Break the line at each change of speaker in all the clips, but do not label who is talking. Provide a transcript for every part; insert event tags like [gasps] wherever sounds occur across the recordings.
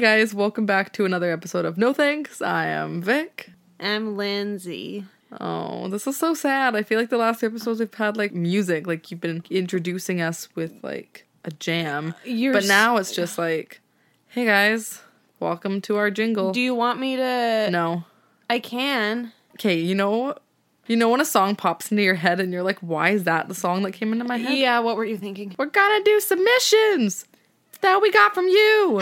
guys, welcome back to another episode of No Thanks. I am Vic.
I'm Lindsay.
Oh, this is so sad. I feel like the last episodes we've had like music, like you've been introducing us with like a jam.
You're
but
s-
now it's just like, hey guys, welcome to our jingle.
Do you want me to?
no.
I can.
Okay, you know you know when a song pops into your head and you're like, why is that the song that came into my head?
Yeah. What were you thinking?
We're gonna do submissions that we got from you.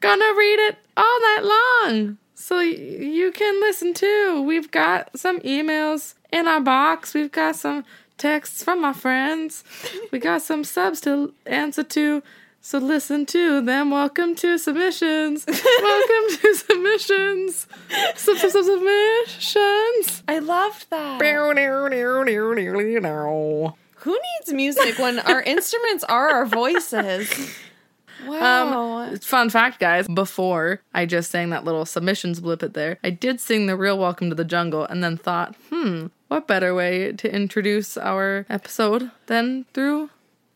gonna read it all night long so y- you can listen too. We've got some emails in our box, we've got some texts from our friends, we got some subs to answer to. So listen to them. Welcome to submissions. Welcome to [laughs] submissions. Sub, sub, sub, submissions.
[laughs] I loved that.
Um,
Who needs music when our [laughs] instruments are our voices? Um, Wow.
fun fact, guys. Before I just sang that little submissions blip it there, I did sing the real Welcome to the Jungle and then thought, hmm, what better way to introduce our episode than through,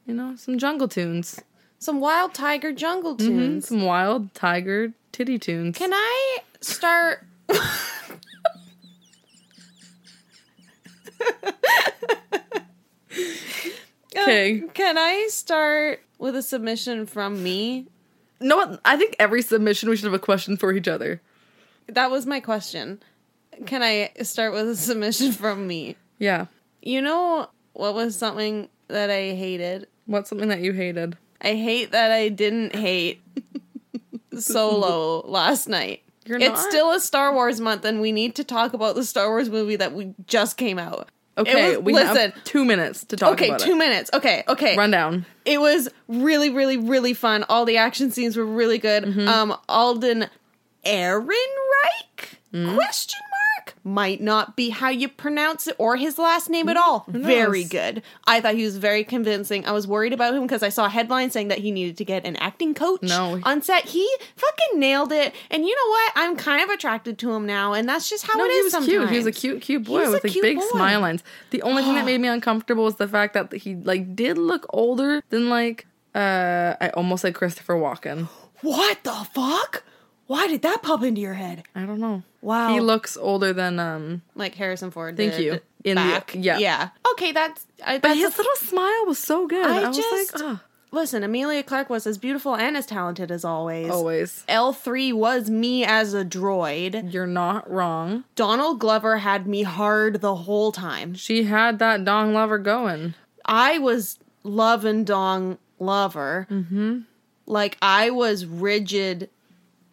you know, some jungle tunes,
Some wild tiger jungle
Mm,
tunes.
some wild tiger titty tunes.
Can I start? [laughs] Um,
Okay.
Um, Can I start with a submission from me?
no, what? I think every submission we should have a question for each other.
That was my question. Can I start with a submission from me?
Yeah.
You know what was something that I hated?
What's something that you hated?
I hate that I
[laughs]
didn't hate Solo last night.
You're
it's
not?
still a Star Wars month, and we need to talk about the Star Wars movie that we just came out.
Okay,
was-
we
listen.
have two minutes to talk
okay,
about
two
it.
minutes. Okay, okay.
Rundown.
It was really, really, really fun. All the action scenes were really good.
Mm-hmm.
Um, Alden Ehrenreich?
Mm.
Question mark? Might not be how you pronounce it or his last name at all. Very
Mm, knows?
good. I thought he was very convincing. I was worried about him because I saw a headline saying that he needed to get an acting coach
No.
on set. He fucking nailed it. And you know what? I'm kind of attracted to him now, and that's just how
No,
it
he
is
was
sometimes.
cute. He was a cute, cute boy
He's a
with like
cute
big
boy.
smile lines. The only thing that made [gasps] me uncomfortable was the fact that he like did look older than like uh I almost said Christopher Walken.
What the fuck? Why did that pop into your head?
I don't know.
Wow.
He looks older than um
like Harrison Ford.
Thank
did
you. In the-
back.
yeah.
yeah. Okay, that's. I,
but
that's
his
a-
little smile was so good. I,
I
was
just-
like, oh,
listen, Amelia Clark was as beautiful and as talented as always.
always.
L three was me as a droid.
You're not wrong.
Donald Glover had me hard the whole time.
She had that dong lover going.
I was love and dong lover. Mm-hmm. Like I was rigid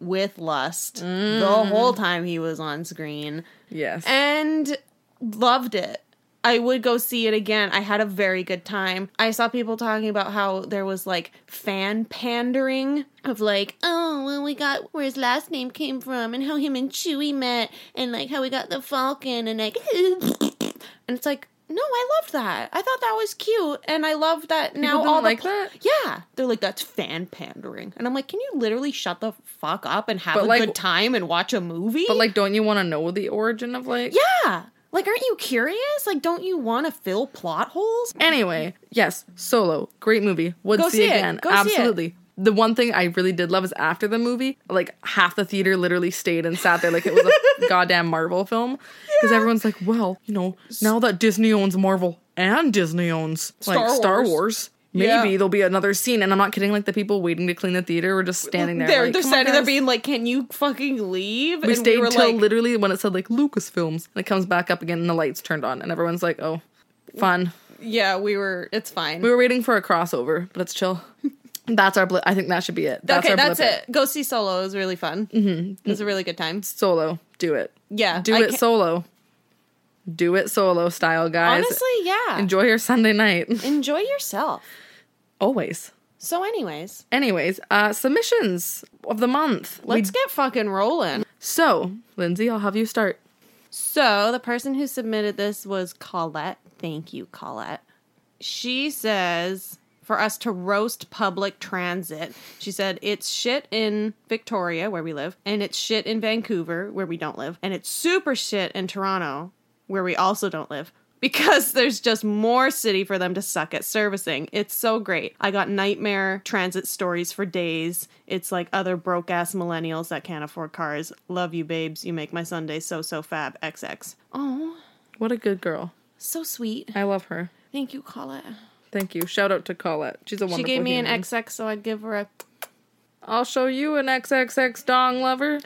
with lust
Mm.
the whole time he was on screen.
Yes.
and loved it. I would go see it again. I had a very good time. I saw people talking about how there was like fan pandering of like, oh, well, we got where his last name came from and how him and Chewie met and like how we got the Falcon and like, [laughs] and it's like, no, I loved that. I thought that was cute, and I love that now.
didn't
all the
like
pl-
that?
yeah. They're like, that's fan pandering, and I'm like, can you literally shut the fuck up and have
But,
a
like-
good time and watch a movie?
but like, don't you want to know the origin of like?
Yeah. Like, aren't you curious? Like, don't you want to fill plot holes?
Anyway, yes, Solo, great movie. Would
Go
see,
see it.
again.
Go see it.
Absolutely. The one thing I really did love is after the movie, like half the theater literally stayed and sat there like it was
[laughs]
a goddamn Marvel film because everyone's like, well, you know, now that Disney owns Marvel and Disney owns like
Star
Star
Wars.
Wars. Maybe
Yeah.
there'll be another scene, and I'm not kidding. Like the people waiting to clean the theater were just standing there.
They're,
like,
they're
"Come on,
standing there
guys."
being like, can you fucking leave?
We stayed
were
till
like,
literally when it said like Lucasfilms, and it comes back up again, and the lights turned on, and everyone's like, "Oh, fun."
yeah, we were, it's fine.
We were waiting for a crossover, but it's chill. That's our blip. I think that should be it. That's
okay,
our
that's
blip
it. Go see Solo. It was really fun. Mm-hmm. It was a really good time.
Solo. Do it.
Yeah.
Do
I
it
can't-
solo. Do it solo style, guys.
Honestly, yeah. Enjoy-,
Enjoy your Sunday night. [laughs]
yourself.
Always.
So, anyways,
Anyways, uh submissions of the month. We-
let's get fucking rolling.
so, Lindsay, I'll have you start.
So, the person who submitted this was Colette. Thank you, Colette. She says for us to roast public transit. She said it's shit in Victoria, where we live, and it's shit in Vancouver, where we don't live, and it's super shit in Toronto, where we also don't live. because there's just more city for them to suck at servicing. It's so great. I got nightmare transit stories for days. It's like other broke ass millennials that can't afford cars. Love you, babes. You make my Sunday so, so fab. XX. Oh,
What a good girl.
so sweet.
I love her.
Thank you, Colette.
Thank you. Shout out to Colette. She's a wonderful
She gave me an
human.
XX, so I'd give her a.
I'll show you an XXX dong lover.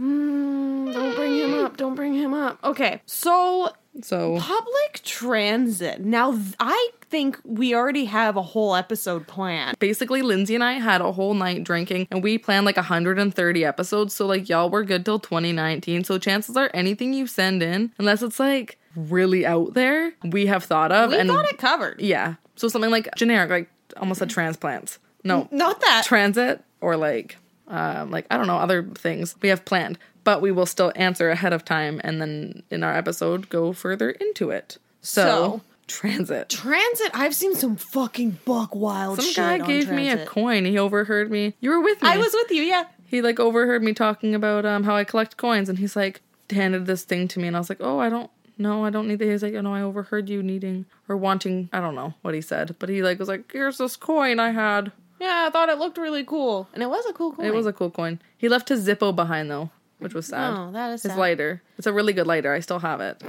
Mm, don't bring him up. Don't bring him up. Okay. So
So
Public transit. Now, th- I think we already have a whole episode planned.
basically, Lindsay and I had a whole night drinking and we planned like 130 episodes. So, like, y'all were good till 2019. So, chances are anything you send in, unless it's like really out there, we have thought of.
We
and
got it covered.
yeah. So, something like generic, like almost a transplants. No,
Not that.
transit or like um, like I don't know other things we have planned, but we will still answer ahead of time and then in our episode go further into it. So,
So-
transit.
transit. I've seen some fucking buck wild
Some
shit.
guy
on
gave me a
transit.
coin. He overheard me. You were with me.
I was with you, yeah.
He like overheard me talking about um how I collect coins, and he's like handed this thing to me, and I was like, oh, I don't. No, I don't need that. He's like, oh, no, I overheard you needing or wanting. I don't know what he said, but he like was like, here's this coin I had.
Yeah, I thought it looked really cool, and it was a cool coin.
It was a cool coin. He left his Zippo behind though, which was sad.
Oh, that is
his
sad.
lighter. It's a really good lighter. I still have it.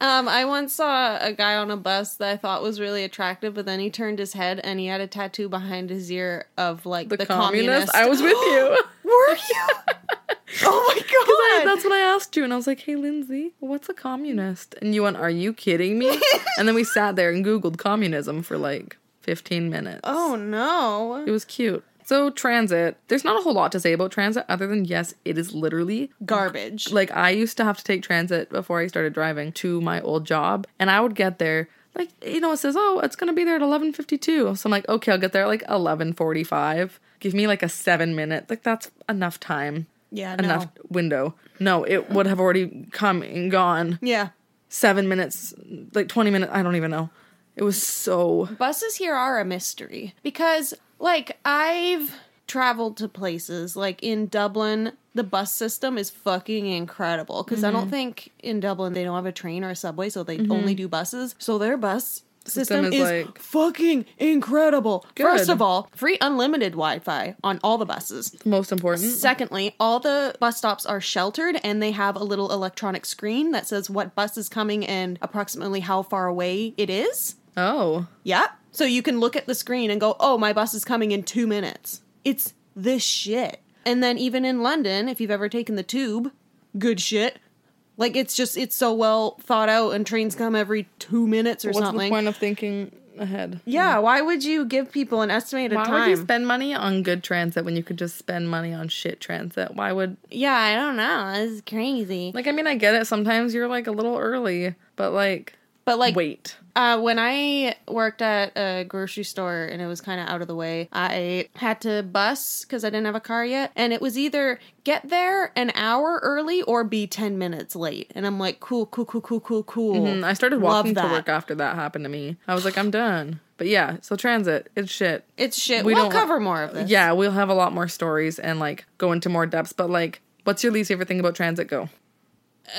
Um, I once saw a guy on a bus that I thought was really attractive, but then he turned his head and he had a tattoo behind his ear of like the, communist.
I
[gasps]
was with you. [laughs]
Were [laughs] you? [laughs] oh my
I-
god!
That's what I asked you, and I was like, "Hey, Lindsay, what's a communist?" And you went, "Are you kidding
[laughs]
me?" and then we sat there and Googled communism for like 15 minutes.
oh no!
It was cute. So transit. There's not a whole lot to say about transit other than yes, it is literally
garbage.
like I used to have to take transit before I started driving to my old job, and I would get there like you know it says oh it's gonna be there at eleven fifty two, so I'm like okay I'll get there at like eleven forty five. Give me like a seven minute like that's enough time,
yeah,
enough window. No, it would have already come and gone.
Yeah.
Seven minutes, like twenty minutes. I don't even know. It was so
Buses here are a mystery because like I've traveled to places like in Dublin, the bus system is fucking incredible because I don't think in Dublin they don't have a train or a subway, so they only do buses. So their bus Mm-hmm. system,
is
is,
like-
fucking incredible. First
Good.
of all, free unlimited Wi-Fi on all the buses.
most important.
Secondly, all the bus stops are sheltered and they have a little electronic screen that says what bus is coming and approximately how far away it is.
Oh,
Yep. So you can look at the screen and go, oh, my bus is coming in two minutes. It's the shit. And then even in London, if you've ever taken the tube, good shit. Like it's just it's so well thought out and trains come every two minutes or
what's the
something.
point of thinking ahead?
Yeah, why would you give people an estimated
Why
time?
would you spend money on good transit when you could just spend money on shit transit? Why would
yeah, I don't know. It's crazy.
Like, I mean, I get it. Sometimes you're like a little early, but like,
But like
wait.
Uh, when I worked at a grocery store and it was kind of out of the way, I had to bus because I didn't have a car yet. And it was either get there an hour early or be 10 minutes late. And I'm like, cool, cool, cool, cool, cool, cool.
And Mm-hmm, I started
Love
walking to
that.
work after that happened to me. I was like, I'm done. But yeah, so transit, it's shit.
It's shit.
We
We will
don't-
cover more of this.
Yeah, we'll have a lot more stories and like go into more depths. But like, what's your least favorite thing about transit? Go.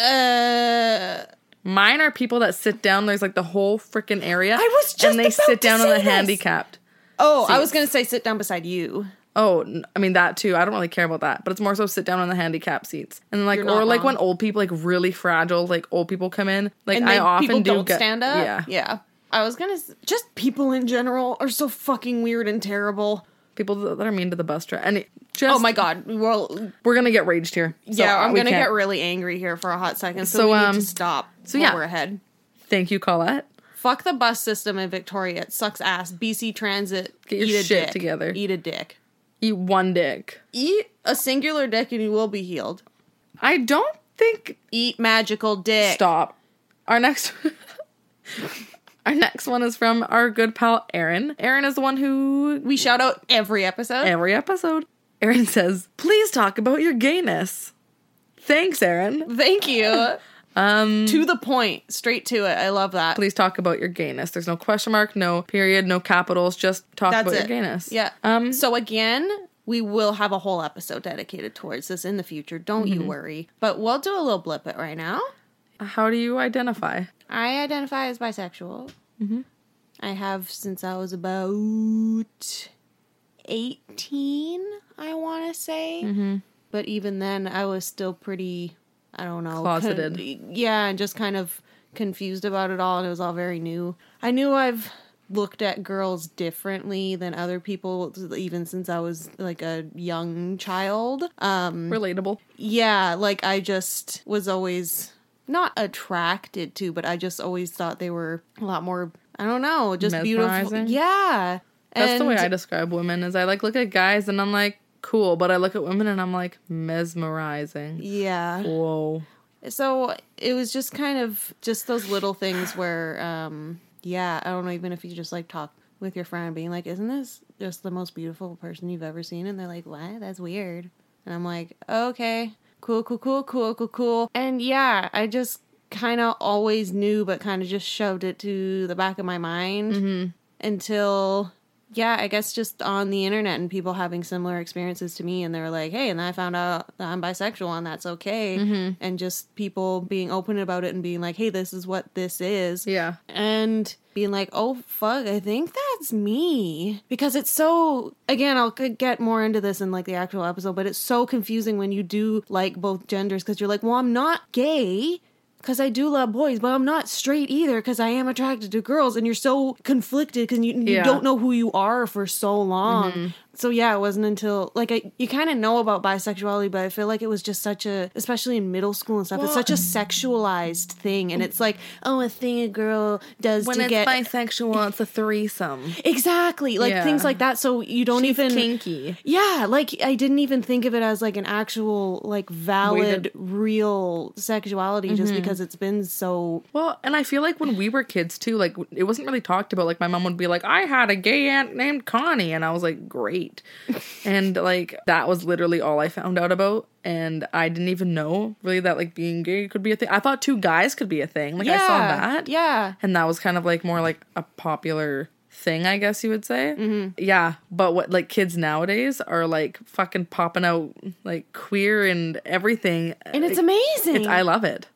Uh,
Mine are people that sit down. There's like the whole freaking area.
I was just
and they
about
sit
to
down on
say
the
this.
handicapped.
oh, I was going to say sit down beside you.
Oh, n- I mean that too. I don't really care about that, but it's more so sit down on the handicap seats and like
You're
or
not
like
wrong.
when old people like really fragile, like old people come in. Like
And
I
then
often
people
do
not
get,
stand up.
Yeah,
Yeah. I was going to just people in general are so fucking weird and terrible.
people th- that are mean to the bus driver. And it- just
Oh my God. Well,
we're gonna get raged here. So,
yeah,
uh,
I'm
we
gonna
can't-
get really angry here for a hot second, so,
So,
we need
um,
to stop.
so
So
yeah.
yeah, we're ahead.
Thank you, Colette.
Fuck the bus system in Victoria. It sucks ass. BC Transit.
Get your
eat a
shit
dick.
together.
Eat a dick.
Eat one dick.
Eat a singular dick and you will be healed.
I don't think.
Eat magical dick.
Stop. Our next. [laughs] Our next one is from our good pal Aaron. Aaron is the one who
We shout out every episode.
every episode. Aaron says, "Please talk about your gayness." Thanks, Aaron.
Thank you.
[laughs] Um,
to the point. Straight to it. I love that.
please talk about your gayness. There's no question mark, no period, no capitals. Just talk
That's
about
it.
your gayness.
Yeah.
Um.
so again, we will have a
Mm-hmm.
whole episode dedicated towards this in the future. Don't you worry. But we'll do a little blip it right now.
How do you identify?
I identify as bisexual. I have since I was about 18, I want to say. But even then, I was still pretty, I don't know.
Closeted.
con- yeah, and just kind of confused about it all, and it was all very new. I knew I've looked at girls differently than other people, even since I was like a young child. Um,
Relatable.
yeah, like I just was always not attracted to, but I just always thought they were a lot more. I don't know, just
Mesmerizing?
beautiful. Yeah,
That's the way I describe women is I like look at guys and I'm like, cool, but I look at women and I'm like mesmerizing.
Yeah,
Whoa.
so it was just kind of just those little things where, um, yeah, I don't know, even if you just like talk with your friend, being like, "Isn't this just the most beautiful person you've ever seen?" and they're like, "What? That's weird," and I'm like, "Okay, cool, cool, cool, cool, cool, cool," and yeah, I just kind of always knew, but kind of just shoved it to the back of my mind until, yeah, I guess just on the internet and people having similar experiences to me. And they were like, hey, and I found out that I'm bisexual and that's okay. And just people being open about it and being like, hey, this is what this is.
Yeah.
And being like, oh, fuck, I think that's me. Because it's so, again, I'll g- get more into this in like the actual episode, but it's so confusing when you do like both genders because you're like, well, I'm not gay because I do love boys, but I'm not straight either because I am attracted to girls. And you're so conflicted because you, you
Yeah.
don't know who you are for so long.
Mm-hmm.
So yeah, it wasn't until like I, you kind of know about bisexuality, but I feel like it was just such a, especially in middle school and stuff, it's
Well- [clears throat]
such a sexualized thing. And it's like, oh, a thing a girl does
When
to
it's
get
bisexual, it's a threesome.
exactly like
Yeah.
things like that. So you don't
She's
even
kinky.
yeah, like I didn't even think of it as like an actual like valid real sexuality just
Mm-hmm.
because it's been so
Well, and I feel like when we were kids too, like it wasn't really talked about. Like my mom would be like, "I had a gay aunt named Connie," and I was like,
[laughs]
"Great," and like that was literally all I found out about. And I didn't even know really that like being gay could be a thing. I thought two guys could be a thing. Like
yeah
I saw that,
yeah
and that was kind of like more like a popular thing, I guess you would say.
Mm-hmm.
Yeah, but what like kids nowadays are like fucking popping out like queer and everything.
and it's amazing. It's,
I love it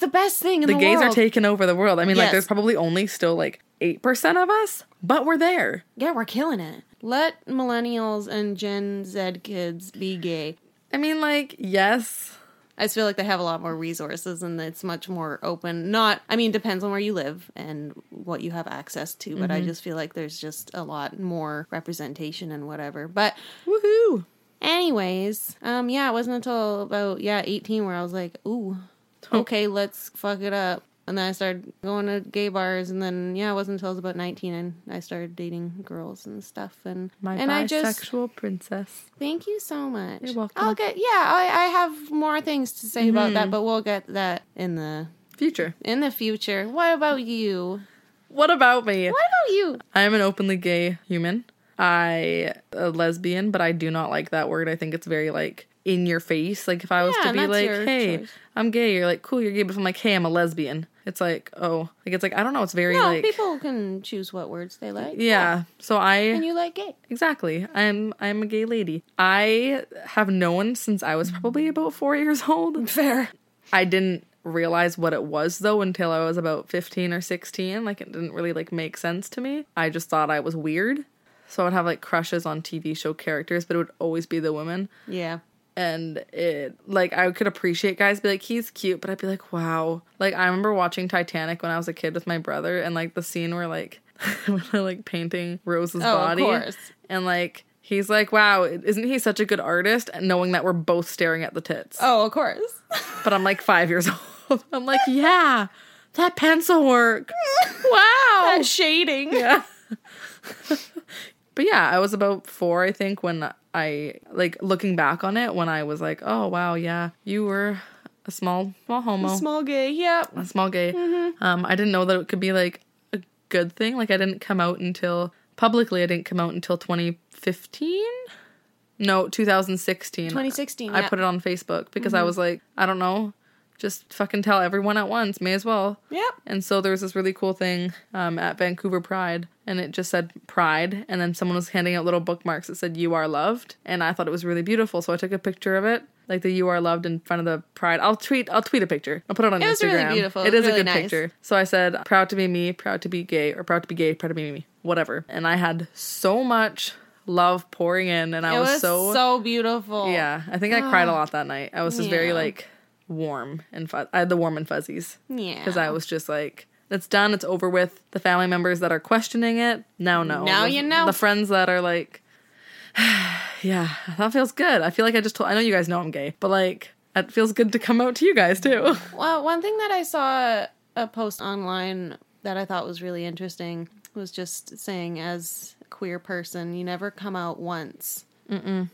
the best thing in the,
the gays
world.
are taking over the world. I mean, like,
Yes.
there's probably only still like 8% of us, but we're there.
Yeah, we're killing it. Let millennials and Gen Z kids be gay.
I mean, like, yes.
I just feel like they have a lot more resources and it's much more open. Not, I mean, depends on where you live and what you have access to, but I just feel like there's just a lot more representation and whatever. But,
Woohoo.
anyways, um, yeah, it wasn't until about yeah 18 where I was like, ooh, okay, let's fuck it up. And then I started going to gay bars, and then yeah, it wasn't until I was about 19 and I started dating girls and stuff. And
My
and I just
bisexual princess.
Thank you so much.
You're welcome.
I'll get yeah, I, I have more things to say about that, but we'll get that in the
Future.
in the future. What about you?
What about me?
What about you?
I'm an openly gay human. I a lesbian, but I do not like that word. I think it's very like in your face. Like if I was
Yeah,
to
and
be
that's
like,
your
"Hey,
choice.
I'm gay," you're like, "Cool, you're gay." But if I'm like, "Hey, I'm a lesbian," it's like, "Oh," like it's like I don't know. It's very
No,
like,
people can choose what words they like.
yeah. So I
And you like gay.
Exactly. I'm I'm a gay lady. I have known since I was probably about 4 years old.
Fair.
I didn't realize what it was though until I was about 15 or 16. Like it didn't really like make sense to me. I just thought I was weird. So I would have like crushes on TV show characters, but it would always be the women.
Yeah.
And it like I could appreciate guys be like he's cute, but I'd be like wow. Like I remember watching Titanic when I was a kid with my brother and like the scene where like [laughs] when they're like painting Rose's
Oh, of
body
course.
and like he's like wow isn't he such a good artist and knowing that we're both staring at the tits
Oh, of [laughs] course.
but i'm like five years [laughs] old i'm like yeah that pencil
[laughs]
work wow
That [laughs] shading.
yeah. but yeah, I was about four, I think, when I like looking back on it, when I was like, oh wow, yeah, you were a small, small homo,
Small gay. Yeah.
a small gay. Um, I didn't know that it could be like a good thing. Like I didn't come out until publicly. I didn't come out until 2015. No, 2016.
2016.
I put it on Facebook because I was like, I don't know, just fucking tell everyone at once. May as well.
Yep.
And so there was this really cool thing um, at Vancouver Pride, and it just said Pride, and then someone was handing out little bookmarks that said "You are loved," and I thought it was really beautiful, so I took a picture of it. like the "You Are Loved" in front of the pride. I'll tweet. I'll tweet a picture. I'll put it on
It
Instagram.
was really beautiful.
It
It was
is a
really
good
nice.
picture. So I said, "Proud to be me. Proud to be gay. Or proud to be gay. Proud to be me. Whatever." And I had so much love pouring in, and I
It
was,
was so,
so
beautiful.
yeah. I think I cried
[gasps]
a lot that night. I was just very
Yeah.
like warm and fuzz. I had the warm and fuzzies
Yeah.
because I was just like, it's done, it's over with. The family members that are questioning it now know.
Now
The-
you know.
The friends that are like, [sighs] yeah, that feels good. I feel like I just told, I know you guys know I'm gay, but like, it feels good to come out to you guys too.
Well, one thing that I saw a post online that I thought was really interesting was just saying, as a queer person, you never come out once. Mm-mm.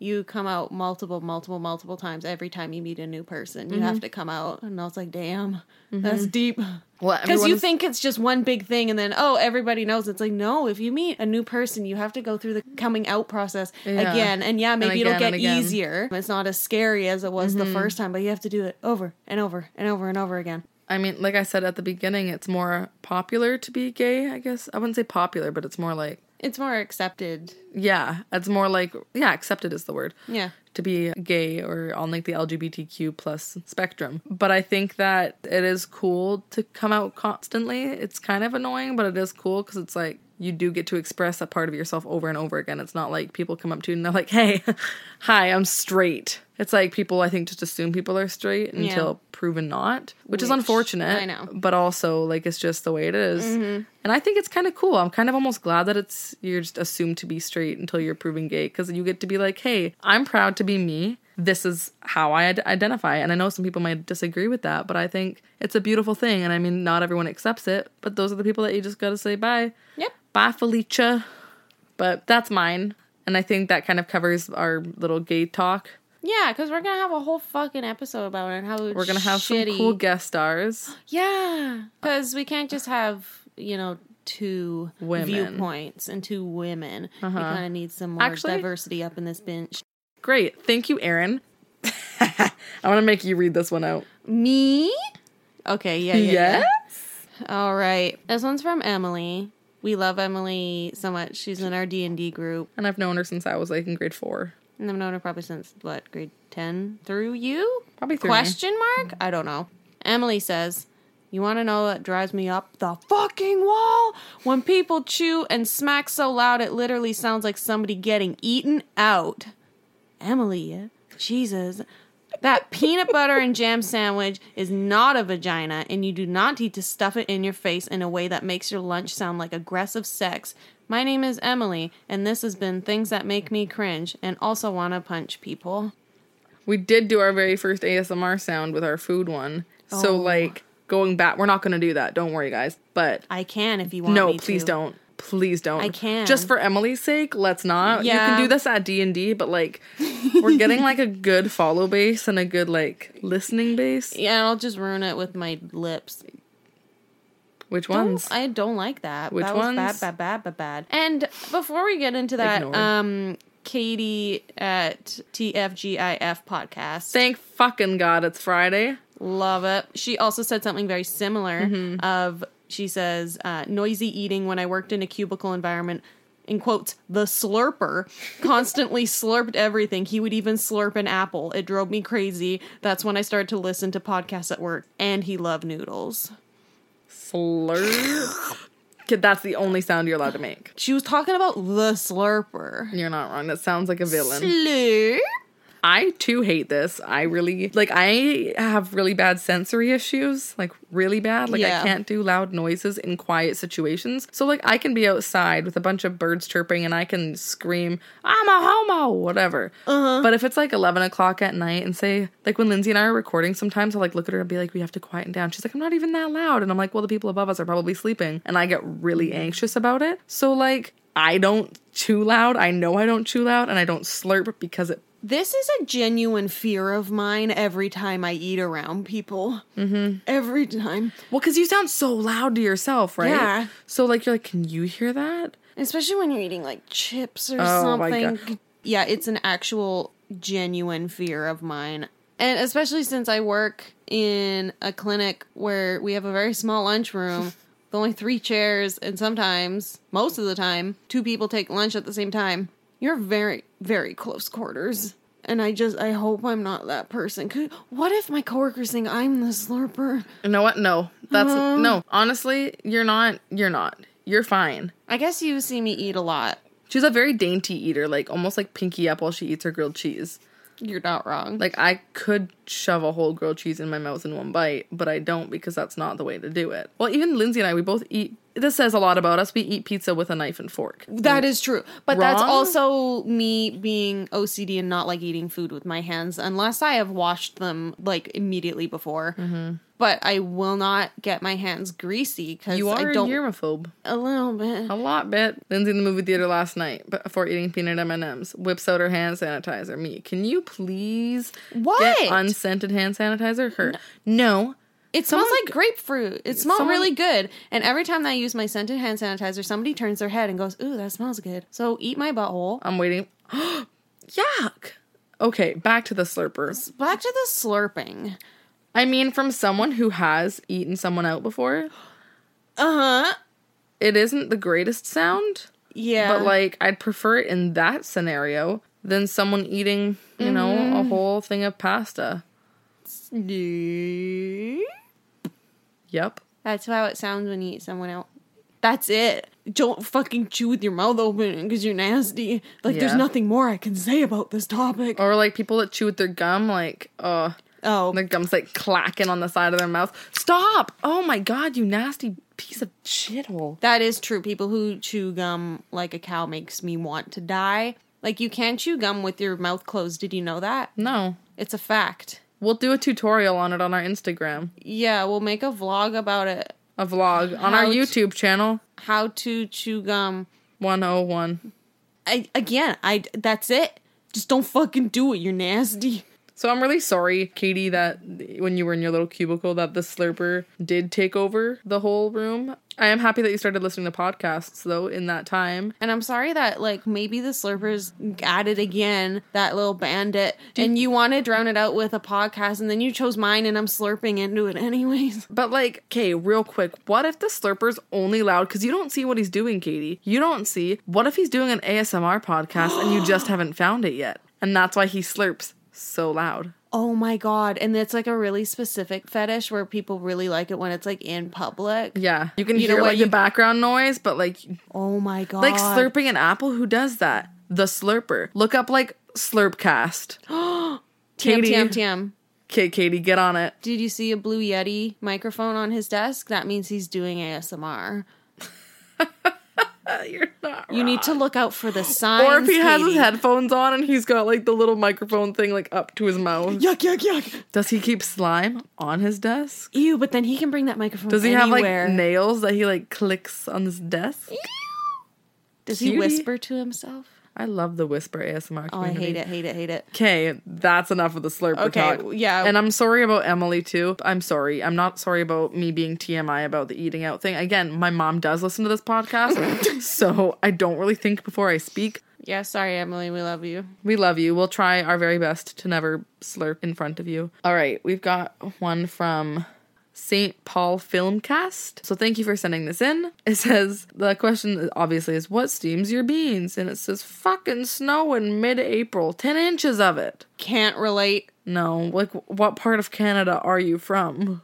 You come out multiple, multiple, multiple times every time you meet a new person. You have to come out. And I was like, damn, that's deep.
[laughs] Well,
Because you
everyone's-
think it's just one big thing, and then oh, everybody knows. It's like no, if you meet a new person, you have to go through the coming out process
Yeah.
again, and yeah,
again,
maybe it'll
and
get
again. Mm-hmm.
easier. It's not as scary as it was the first time, but you have to do it over and over and over and over again.
I mean, like I said at the beginning, it's more popular to be gay, I guess. I wouldn't say popular, but it's more like,
It's more accepted.
yeah, it's more like, yeah, accepted is the word.
Yeah,
to be gay or on like the LGBTQ plus spectrum. But I think that it is cool to come out constantly. It's kind of annoying, but it is cool because it's like you do get to express a part of yourself over and over again. It's not like people come up to you and they're like, "Hey, [laughs] hi, I'm straight." It's like people I think just assume people are straight until proven not, which, is
Which,
unfortunate.
I know. Mm-hmm.
but also like it's just the way it is. And I think it's kind of cool. I'm kind of almost glad that it's you're just assumed to be straight until you're proven gay because you get to be like, hey, I'm proud to be me. This is how I ad- identify. And I know some people might disagree with that, but I think it's a beautiful thing. And I mean, not everyone accepts it, but those are the people that you just got to say bye.
Yep.
Bye, Felicia. But that's mine. And I think that kind of covers our little gay talk.
yeah, because we're gonna have a whole fucking episode about it. And how
We're going to have
shitty.
some cool guest stars.
Yeah, because we can't just have you know two
Women. Uh-huh.
viewpoints and two women. We kind of need some more
Actually-
diversity up in this bench.
Great. Thank you, Erin. [laughs] I want to make you read this one out.
Me? Okay, yeah, yeah. yeah.
Yes?
All right. This one's from Emily. We love Emily so much. She's in our D and D group,
And I've known her since I was like in grade four.
and I've known her probably since what grade ten through you?
Probably through me.
Question mark? I don't know. Emily says, "You want to know what drives me up the fucking wall? When people chew and smack so loud it literally sounds like somebody getting eaten out." Emily, Jesus. That peanut butter and jam sandwich is not a vagina, and you do not need to stuff it in your face in a way that makes your lunch sound like aggressive sex. My name is Emily, and this has been Things That Make Me Cringe and Also Wanna Punch People.
We did do our very first ASMR sound with our food one. So
Oh.
like going back, we're not going to do that. Don't worry, guys. But
I can if you want
no,
me
please
to.
don't. Please don't.
I can.
Just for Emily's sake, let's not. You
Yeah.
can do this at D and D, but like we're getting like a good follow base and a good like listening base.
[laughs] Yeah, I'll just ruin it with my lips.
Which
Don't-
ones?
I don't like that.
Which
that was
ones?
Bad, bad, bad, bad, bad. And before we get into that,
Ignored.
um, Katie at TFGIF podcast.
Thank fucking God it's Friday.
Love it. She also said something very similar
Mm-hmm.
of she says uh, noisy eating when I worked in a cubicle environment in quotes the slurper constantly [laughs] slurped everything he would even slurp an apple it drove me crazy that's when i started to listen to podcasts at work and he loved noodles
Slurp. Kid, that's the only sound you're allowed to make.
she was talking about the slurper
You're not wrong. That sounds like a villain.
slurp
I too hate this. I really like I have really bad sensory issues, like really bad. Like I
Yeah.
can't do loud noises in quiet situations. So like I can be outside with a bunch of birds chirping and I can scream, I'm a homo, whatever. But if it's like eleven o'clock at night and say like when Lindsay and I are recording sometimes I'll like look at her and be like, We have to quieten down. She's like, I'm not even that loud and I'm like, Well the people above us are probably sleeping and I get really anxious about it. So like I don't chew loud. I know I don't chew loud and I don't slurp because it
This is a genuine fear of mine every time I eat around people. Mm-hmm. Every time.
Well, because you sound so loud to yourself, right?
Yeah.
So like you're like, can you hear that?
Especially when you're eating like chips or
Oh, my
something.
God.
Yeah, it's an actual genuine fear of mine. And especially since I work in a clinic where we have a very
[laughs]
small lunchroom, with only three chairs, and sometimes, most of the time, two people take lunch at the same time. You're very, very close quarters. And I just I hope I'm not that person. 'Cause What if my coworkers think I'm the slurper?
You know what? No. That's
Um.
no. Honestly, you're not you're not. You're fine.
I guess you see me eat a lot.
She's a very dainty eater, like almost like pinky up while she eats her grilled cheese.
You're not wrong.
Like I could shove a whole grilled cheese in my mouth in one bite, but I don't because that's not the way to do it. Well, even Lindsay and I, we both eat. This says a lot about us. We eat pizza with a knife and fork.
That is true. But that's
Wrong?
also me being OCD and not like eating food with my hands unless I have washed them like immediately before.
Mm-hmm.
But I will not get my hands greasy because
You are Oh,
I
a
don't
germaphobe.
a little bit.
A lot, bit. Lindsay in the movie theater last night but before eating peanut M and M's whips out her hand sanitizer. Me, can you please
What?
get unscented hand sanitizer? Her, no.
It smells
Someone-
like grapefruit. It smells
someone-
really good. And every time I use my scented hand sanitizer, somebody turns their head and goes, "Ooh, that smells good." So eat my butthole.
I'm waiting. [gasps] Yuck. Okay, back to the slurpers.
Back to the slurping.
I mean, from someone who has eaten someone out before,
Uh
Uh-huh.
huh.
it isn't the greatest sound,
Yeah.
but like I'd prefer it in that scenario than someone eating, you know, a
Mm-hmm.
whole thing of pasta. Yep.
That's how it sounds when you eat someone out. That's it. Don't fucking chew with your mouth open because you're nasty. Like, there's
Yeah.
nothing more I can say about this topic.
Or like people that chew with their gum, like, uh,
oh,
their gum's like clacking on the side of their mouth. Stop! Oh my god, you nasty piece of shithole.
that is true. People who chew gum like a cow makes me want to die. Like, you can chew gum with your mouth closed. Did you know that?
No.
It's a fact.
We'll do a tutorial on it on our Instagram,
Yeah, we'll make a vlog about it.
a vlog on our
How to-
YouTube channel.
How to chew gum.
101.
I again, I that's it. Just don't fucking do it. You're nasty.
So I'm really sorry, Katie, that when you were in your little cubicle, that the slurper did take over the whole room. I am happy that you started listening to podcasts though in that time.
And I'm sorry that like maybe the Slurpers at it again, that little bandit, and you want to drown it out with a podcast, and then you chose mine, and I'm slurping into it [laughs] anyways.
But like, okay, real quick, what if the slurper's only loud because you don't see what he's doing, Katie? You don't see. What if he's doing an ASMR podcast
[gasps]
and you just haven't found it yet, and that's why he slurps so loud?
Oh my god! And it's like a really specific fetish where people really like it when it's like in public.
Yeah, you can
You know
hear
what,
like
you-
the background noise, but like
Oh my god!
Like slurping an apple? Who does that? The slurper. Look up like slurpcast.
Tam
Katie.
tam tam.
Okay, Katie, get on
[laughs]
it.
Did you see a blue Yeti microphone on his desk? That means he's doing ASMR.
Uh, you're not.
You need to look out for the signs.
Or if he has his
Katie.
headphones on and he's got like the little microphone thing like up to his mouth.
Yuck yuck yuck.
Does he keep slime on his desk?
Ew! But then he can bring that microphone.
Does he
anywhere.
have like nails that he like clicks on his desk?
Does he
Cutie.
whisper to himself?
I love the whisper ASMR. Community.
Oh, I hate it, hate it, hate it.
Okay, that's enough of the slurper
Okay,
talk.
yeah.
And I'm sorry about Emily too. I'm sorry. I'm not sorry about me being TMI about the eating out thing. Again, my mom does listen to this
[laughs]
podcast, so I don't really think before I speak.
Yeah, sorry, Emily, we love you.
We love you. We'll try our very best to never slurp in front of you. All right, we've got one from St. Paul Filmcast. So thank you for sending this in. It says the question obviously is what steams your beans? And it says fucking snow in mid-April, 10 inches of it.
Can't relate.
No, like what part of Canada are you from?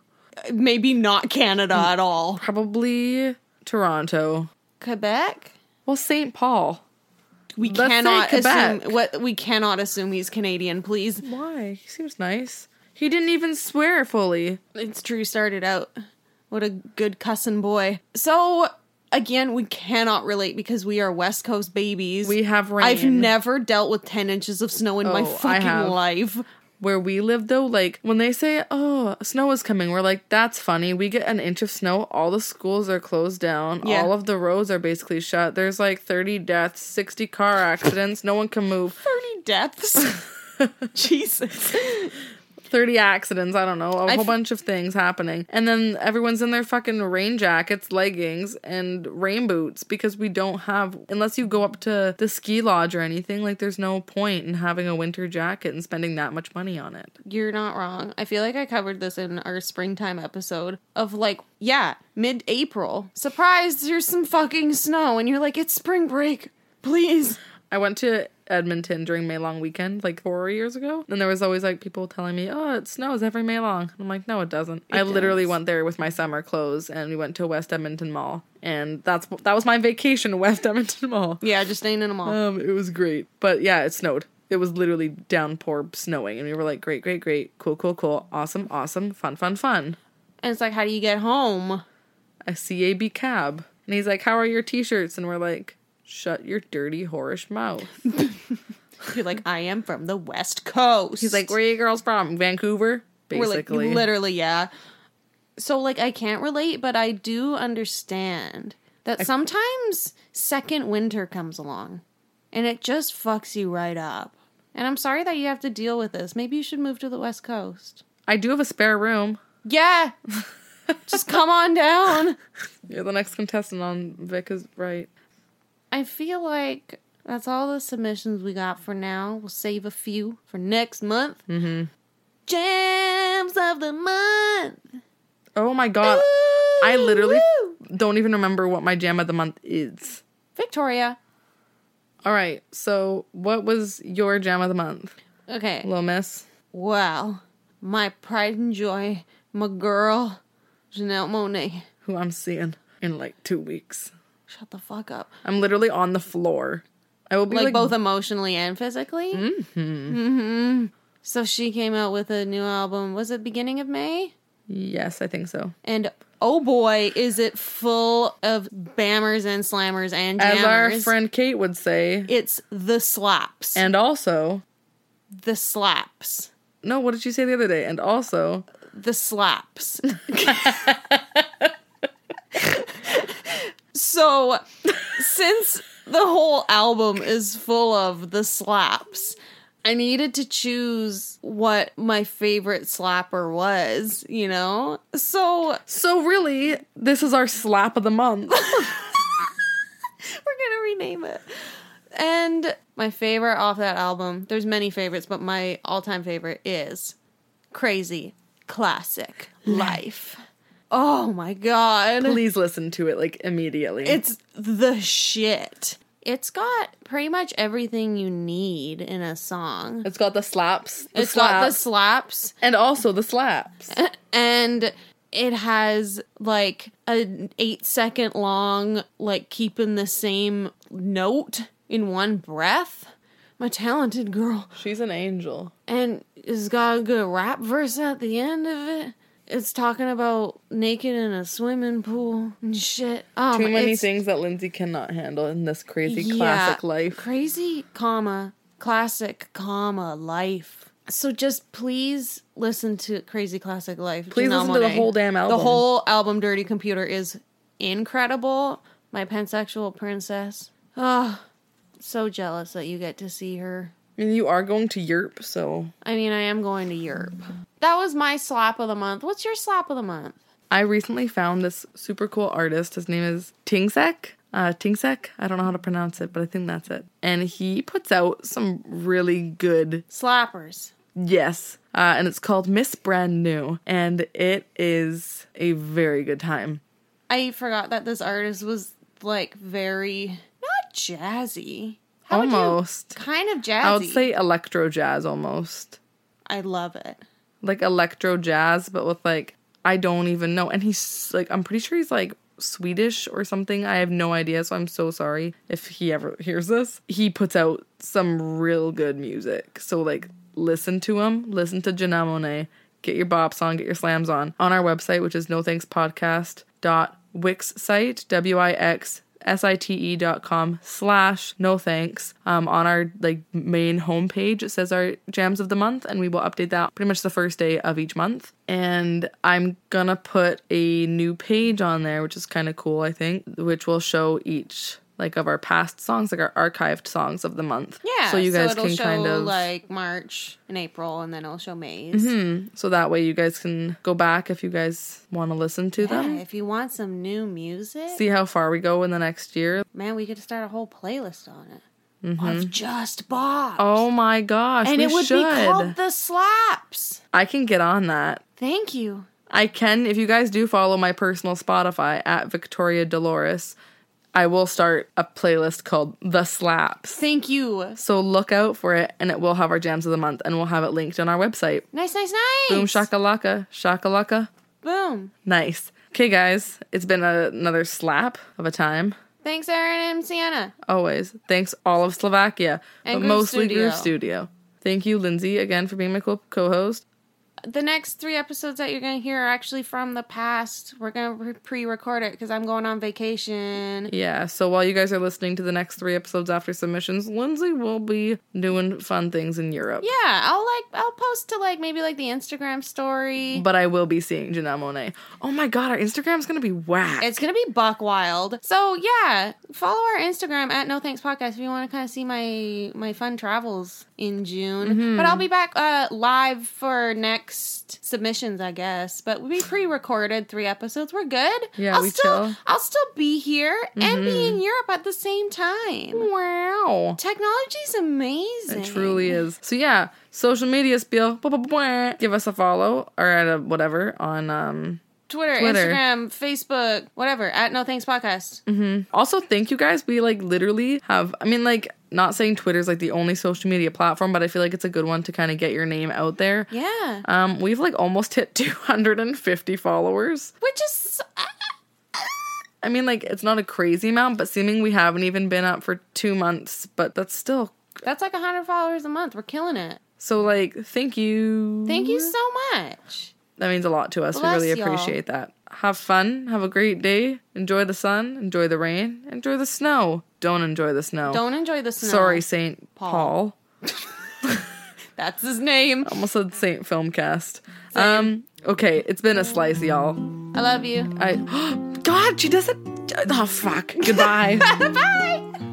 Maybe not Canada at all.
Probably Toronto.
Quebec?
Well, St. Paul.
We
Let's say
cannot
Quebec.
assume what we cannot assume he's Canadian, please.
Why? He seems nice. He didn't even swear fully.
It's true started out. What a good cussing boy. So again, we cannot relate because we are West Coast babies.
We have rain.
I've never dealt with ten inches of snow in my
Oh, I have.
fucking life.
Where we live though, like when they say, "Oh, snow is coming," we're like, "That's funny." We get an inch of snow, all the schools are closed down,
Yeah.
all of the roads are basically shut. There's like 30 deaths, 60 car accidents, no one can move. [laughs]
Thirty deaths. [laughs] Jesus.
30 accidents, I don't know, a
I
whole
f-
bunch of things happening. And then everyone's in their fucking rain jackets, leggings, and rain boots because we don't have, unless you go up to the ski lodge or anything, like there's no point in having a winter jacket and spending that much money on it.
You're not wrong. I feel like I covered this in our springtime episode of like, yeah, mid April. Surprise, there's some fucking snow. And you're like, it's spring break. Please.
I went to Edmonton during May long weekend like four years ago, and there was always like people telling me, "Oh, it snows every May long." I'm like, "No, it doesn't." I literally
does.
went there with my summer clothes, and we went to West Edmonton Mall, and that's that was my vacation, [laughs] West Edmonton Mall.
Yeah, just staying in a mall.
Um, it was great, but yeah, it snowed. It was literally downpour snowing, and we were like, "Great, great, great, cool, cool, cool, awesome, awesome, fun, fun, fun."
and it's like, how do you get home?
a CAB cab. And he's like, How are your t shirts? And we're like, Shut your dirty, whorish mouth.
You're like, I am from the West Coast.
He's like, Where are you girls from? Vancouver?
We're like,
Basically.
literally, yeah. So like, I can't relate, but I do understand that sometimes second winter comes along, and it just fucks you right up. And I'm sorry that you have to deal with this. Maybe you should move to the West Coast.
I do have a spare room.
Yeah, [laughs] just come on down.
You're the next contestant on Vic is right.
I feel like that's all the submissions we got for now. We'll save a few for next month. Mm-hmm. Gems of the month.
Oh my god. I literally
Woo!
don't even remember what my jam of the month is.
Victoria.
All right. So, what was your jam of the month,
Okay.
little miss?
Wow. My pride and joy, my girl, Janelle Monet.
Who I'm seeing in like two weeks.
Shut the fuck up.
I'm literally on the floor. I will be
Like,
like,
both emotionally and physically. Mm-hmm. Mm-hmm. So she came out with a new album. Was it beginning of May?
Yes, I think so.
And oh boy, is it full of bammers and slammers and jammers.
As our friend Kate would say,
It's the slaps.
And also,
the slaps.
no, what did you say the other day? And also,
the slaps. so, since the whole album is full of the slaps, I needed to choose what my favorite slapper was, you know? So,
so really, this is our slap of the month.
we're gonna rename it. And my favorite off that album, there's many favorites, but my all time favorite is Crazy Classic Life. Oh my god.
Please listen to it like immediately.
It's the shit. It's got pretty much everything you need in a song.
it's got the slaps, the
It's got the
slaps,
slaps [laughs]
and also the slaps.
and it has like an eight second long like keeping the same note in one breath my talented girl
She's an angel.
and it's got a good rap verse at the end of it it's talking about naked in a swimming pool and shit um,
Too many
it's-
things that Lindsay cannot handle in this crazy
yeah,
classic life.
crazy comma classic comma life so just please listen to crazy classic life
Please
Janelle
listen to the
Monáe.
whole damn album.
The whole album Dirty Computer is incredible. My pansexual princess. Oh, so jealous that you get to see her.
I mean, you are going to Europe, so
I mean, I am going to Europe. That was my slap of the month. What's your slap of the month?
I recently found this super cool artist. His name is Tingsek. Uh, Tingsek. I don't know how to pronounce it, but I think that's it. And he puts out some really good
Slappers.
Yes. Uh, and it's called Miss Brand New. And it is a very good time.
I forgot that this artist was like very not jazzy. How would you-
Almost.
kind of jazzy.
I would say electro jazz almost.
I love it.
Like electro jazz, but with like, I don't even know. And he's like, I'm pretty sure he's like Swedish or something. I have no idea. So I'm so sorry if he ever [laughs] hears this. He puts out some real good music. So like, listen to him, listen to Janelle Monet. Get your bops on, get your slams on. On our website, which is no thanks podcast dot Wix site, W I X S-I-T-E dot com slash no thanks. Um, on our like main homepage, it says our jams of the month, and we will update that pretty much the first day of each month. And I'm gonna put a new page on there, which is kind of cool, I think, which will show each like of our past songs, like our archived songs of the month.
Yeah.
So you guys
it'll
can
show,
kind of Mm-hmm.
like March and April, and then it'll show May's.
so that way you guys can go back if you guys want to listen to
Yeah,
them.
if you want some new music,
See how far we go in the next year.
man, we could start a whole playlist on it of just bops.
Mm-hmm. Oh my gosh.
and
we
it would
should.
be called the slaps.
I can get on that.
Thank you.
I can, if you guys do follow my personal Spotify at Victoria Dolores, I will start a playlist called The Slaps.
Thank you.
So look out for it, and it will have our jams of the month, and we'll have it linked on our website.
Nice, nice, nice.
Boom shakalaka, shakalaka.
Boom.
Nice. Okay, guys, it's been a, another slap of a time.
Thanks, Aaron and Sienna.
Always. Thanks, all of Slovakia,
And
but
Groove
mostly
Studio.
Groove Studio. Thank you, Lindsay, again for being my co- co-host.
The next three episodes that you're going to hear are actually from the past. We're going to pre record it because I'm going on vacation.
Yeah. So while you guys are listening to the next three episodes after submissions, Lindsay will be doing fun things in Europe.
Yeah, I'll like, I'll post to like maybe like the Instagram story.
But I will be seeing Janelle Monet. Oh my god, our Instagram's gonna be whack.
It's gonna be buck wild. So yeah, follow our Instagram at No Thanks Podcast if you want to kind of see my my fun travels in June.
Mm-hmm.
But I'll be back uh, live for next submissions, I guess. But we pre-recorded three episodes. We're good.
Yeah,
I'll
we
still
chill. Mm-hmm.
I'll still be here and be in Europe at the same time.
wow.
Technology's amazing.
It truly is. So yeah, social media spiel. Blah, blah, blah, blah. Give us a follow or at a whatever on um
Twitter,
Twitter. Mm-hmm.
Instagram, Facebook, whatever at No Thanks Podcast.
Also, thank you guys. We like literally have, I mean, like, not saying Twitter's like the only social media platform, but I feel like it's a good one to kind of get your name out there.
Yeah,
Um, we've like almost hit [laughs] 250 followers.
which is
I mean, like, it's not a crazy amount, but seeming we haven't even been up for two months, but that's still
that's like hundred followers a month. We're killing it.
so, like, thank you.
Thank you so much.
That means a lot to us.
Bless
we really
y'all.
appreciate that. Have fun. Have a great day. Enjoy the sun. Enjoy the rain. Enjoy the snow. Don't enjoy the snow.
Don't enjoy the snow.
Sorry, St.
Paul.
Paul.
[laughs] That's his name.
Almost said Saint Filmcast. Um, okay, it's been a slice, y'all.
I love you.
[gasps]
[laughs] [laughs]
I, God, she doesn't. Oh fuck. Goodbye.
Bye.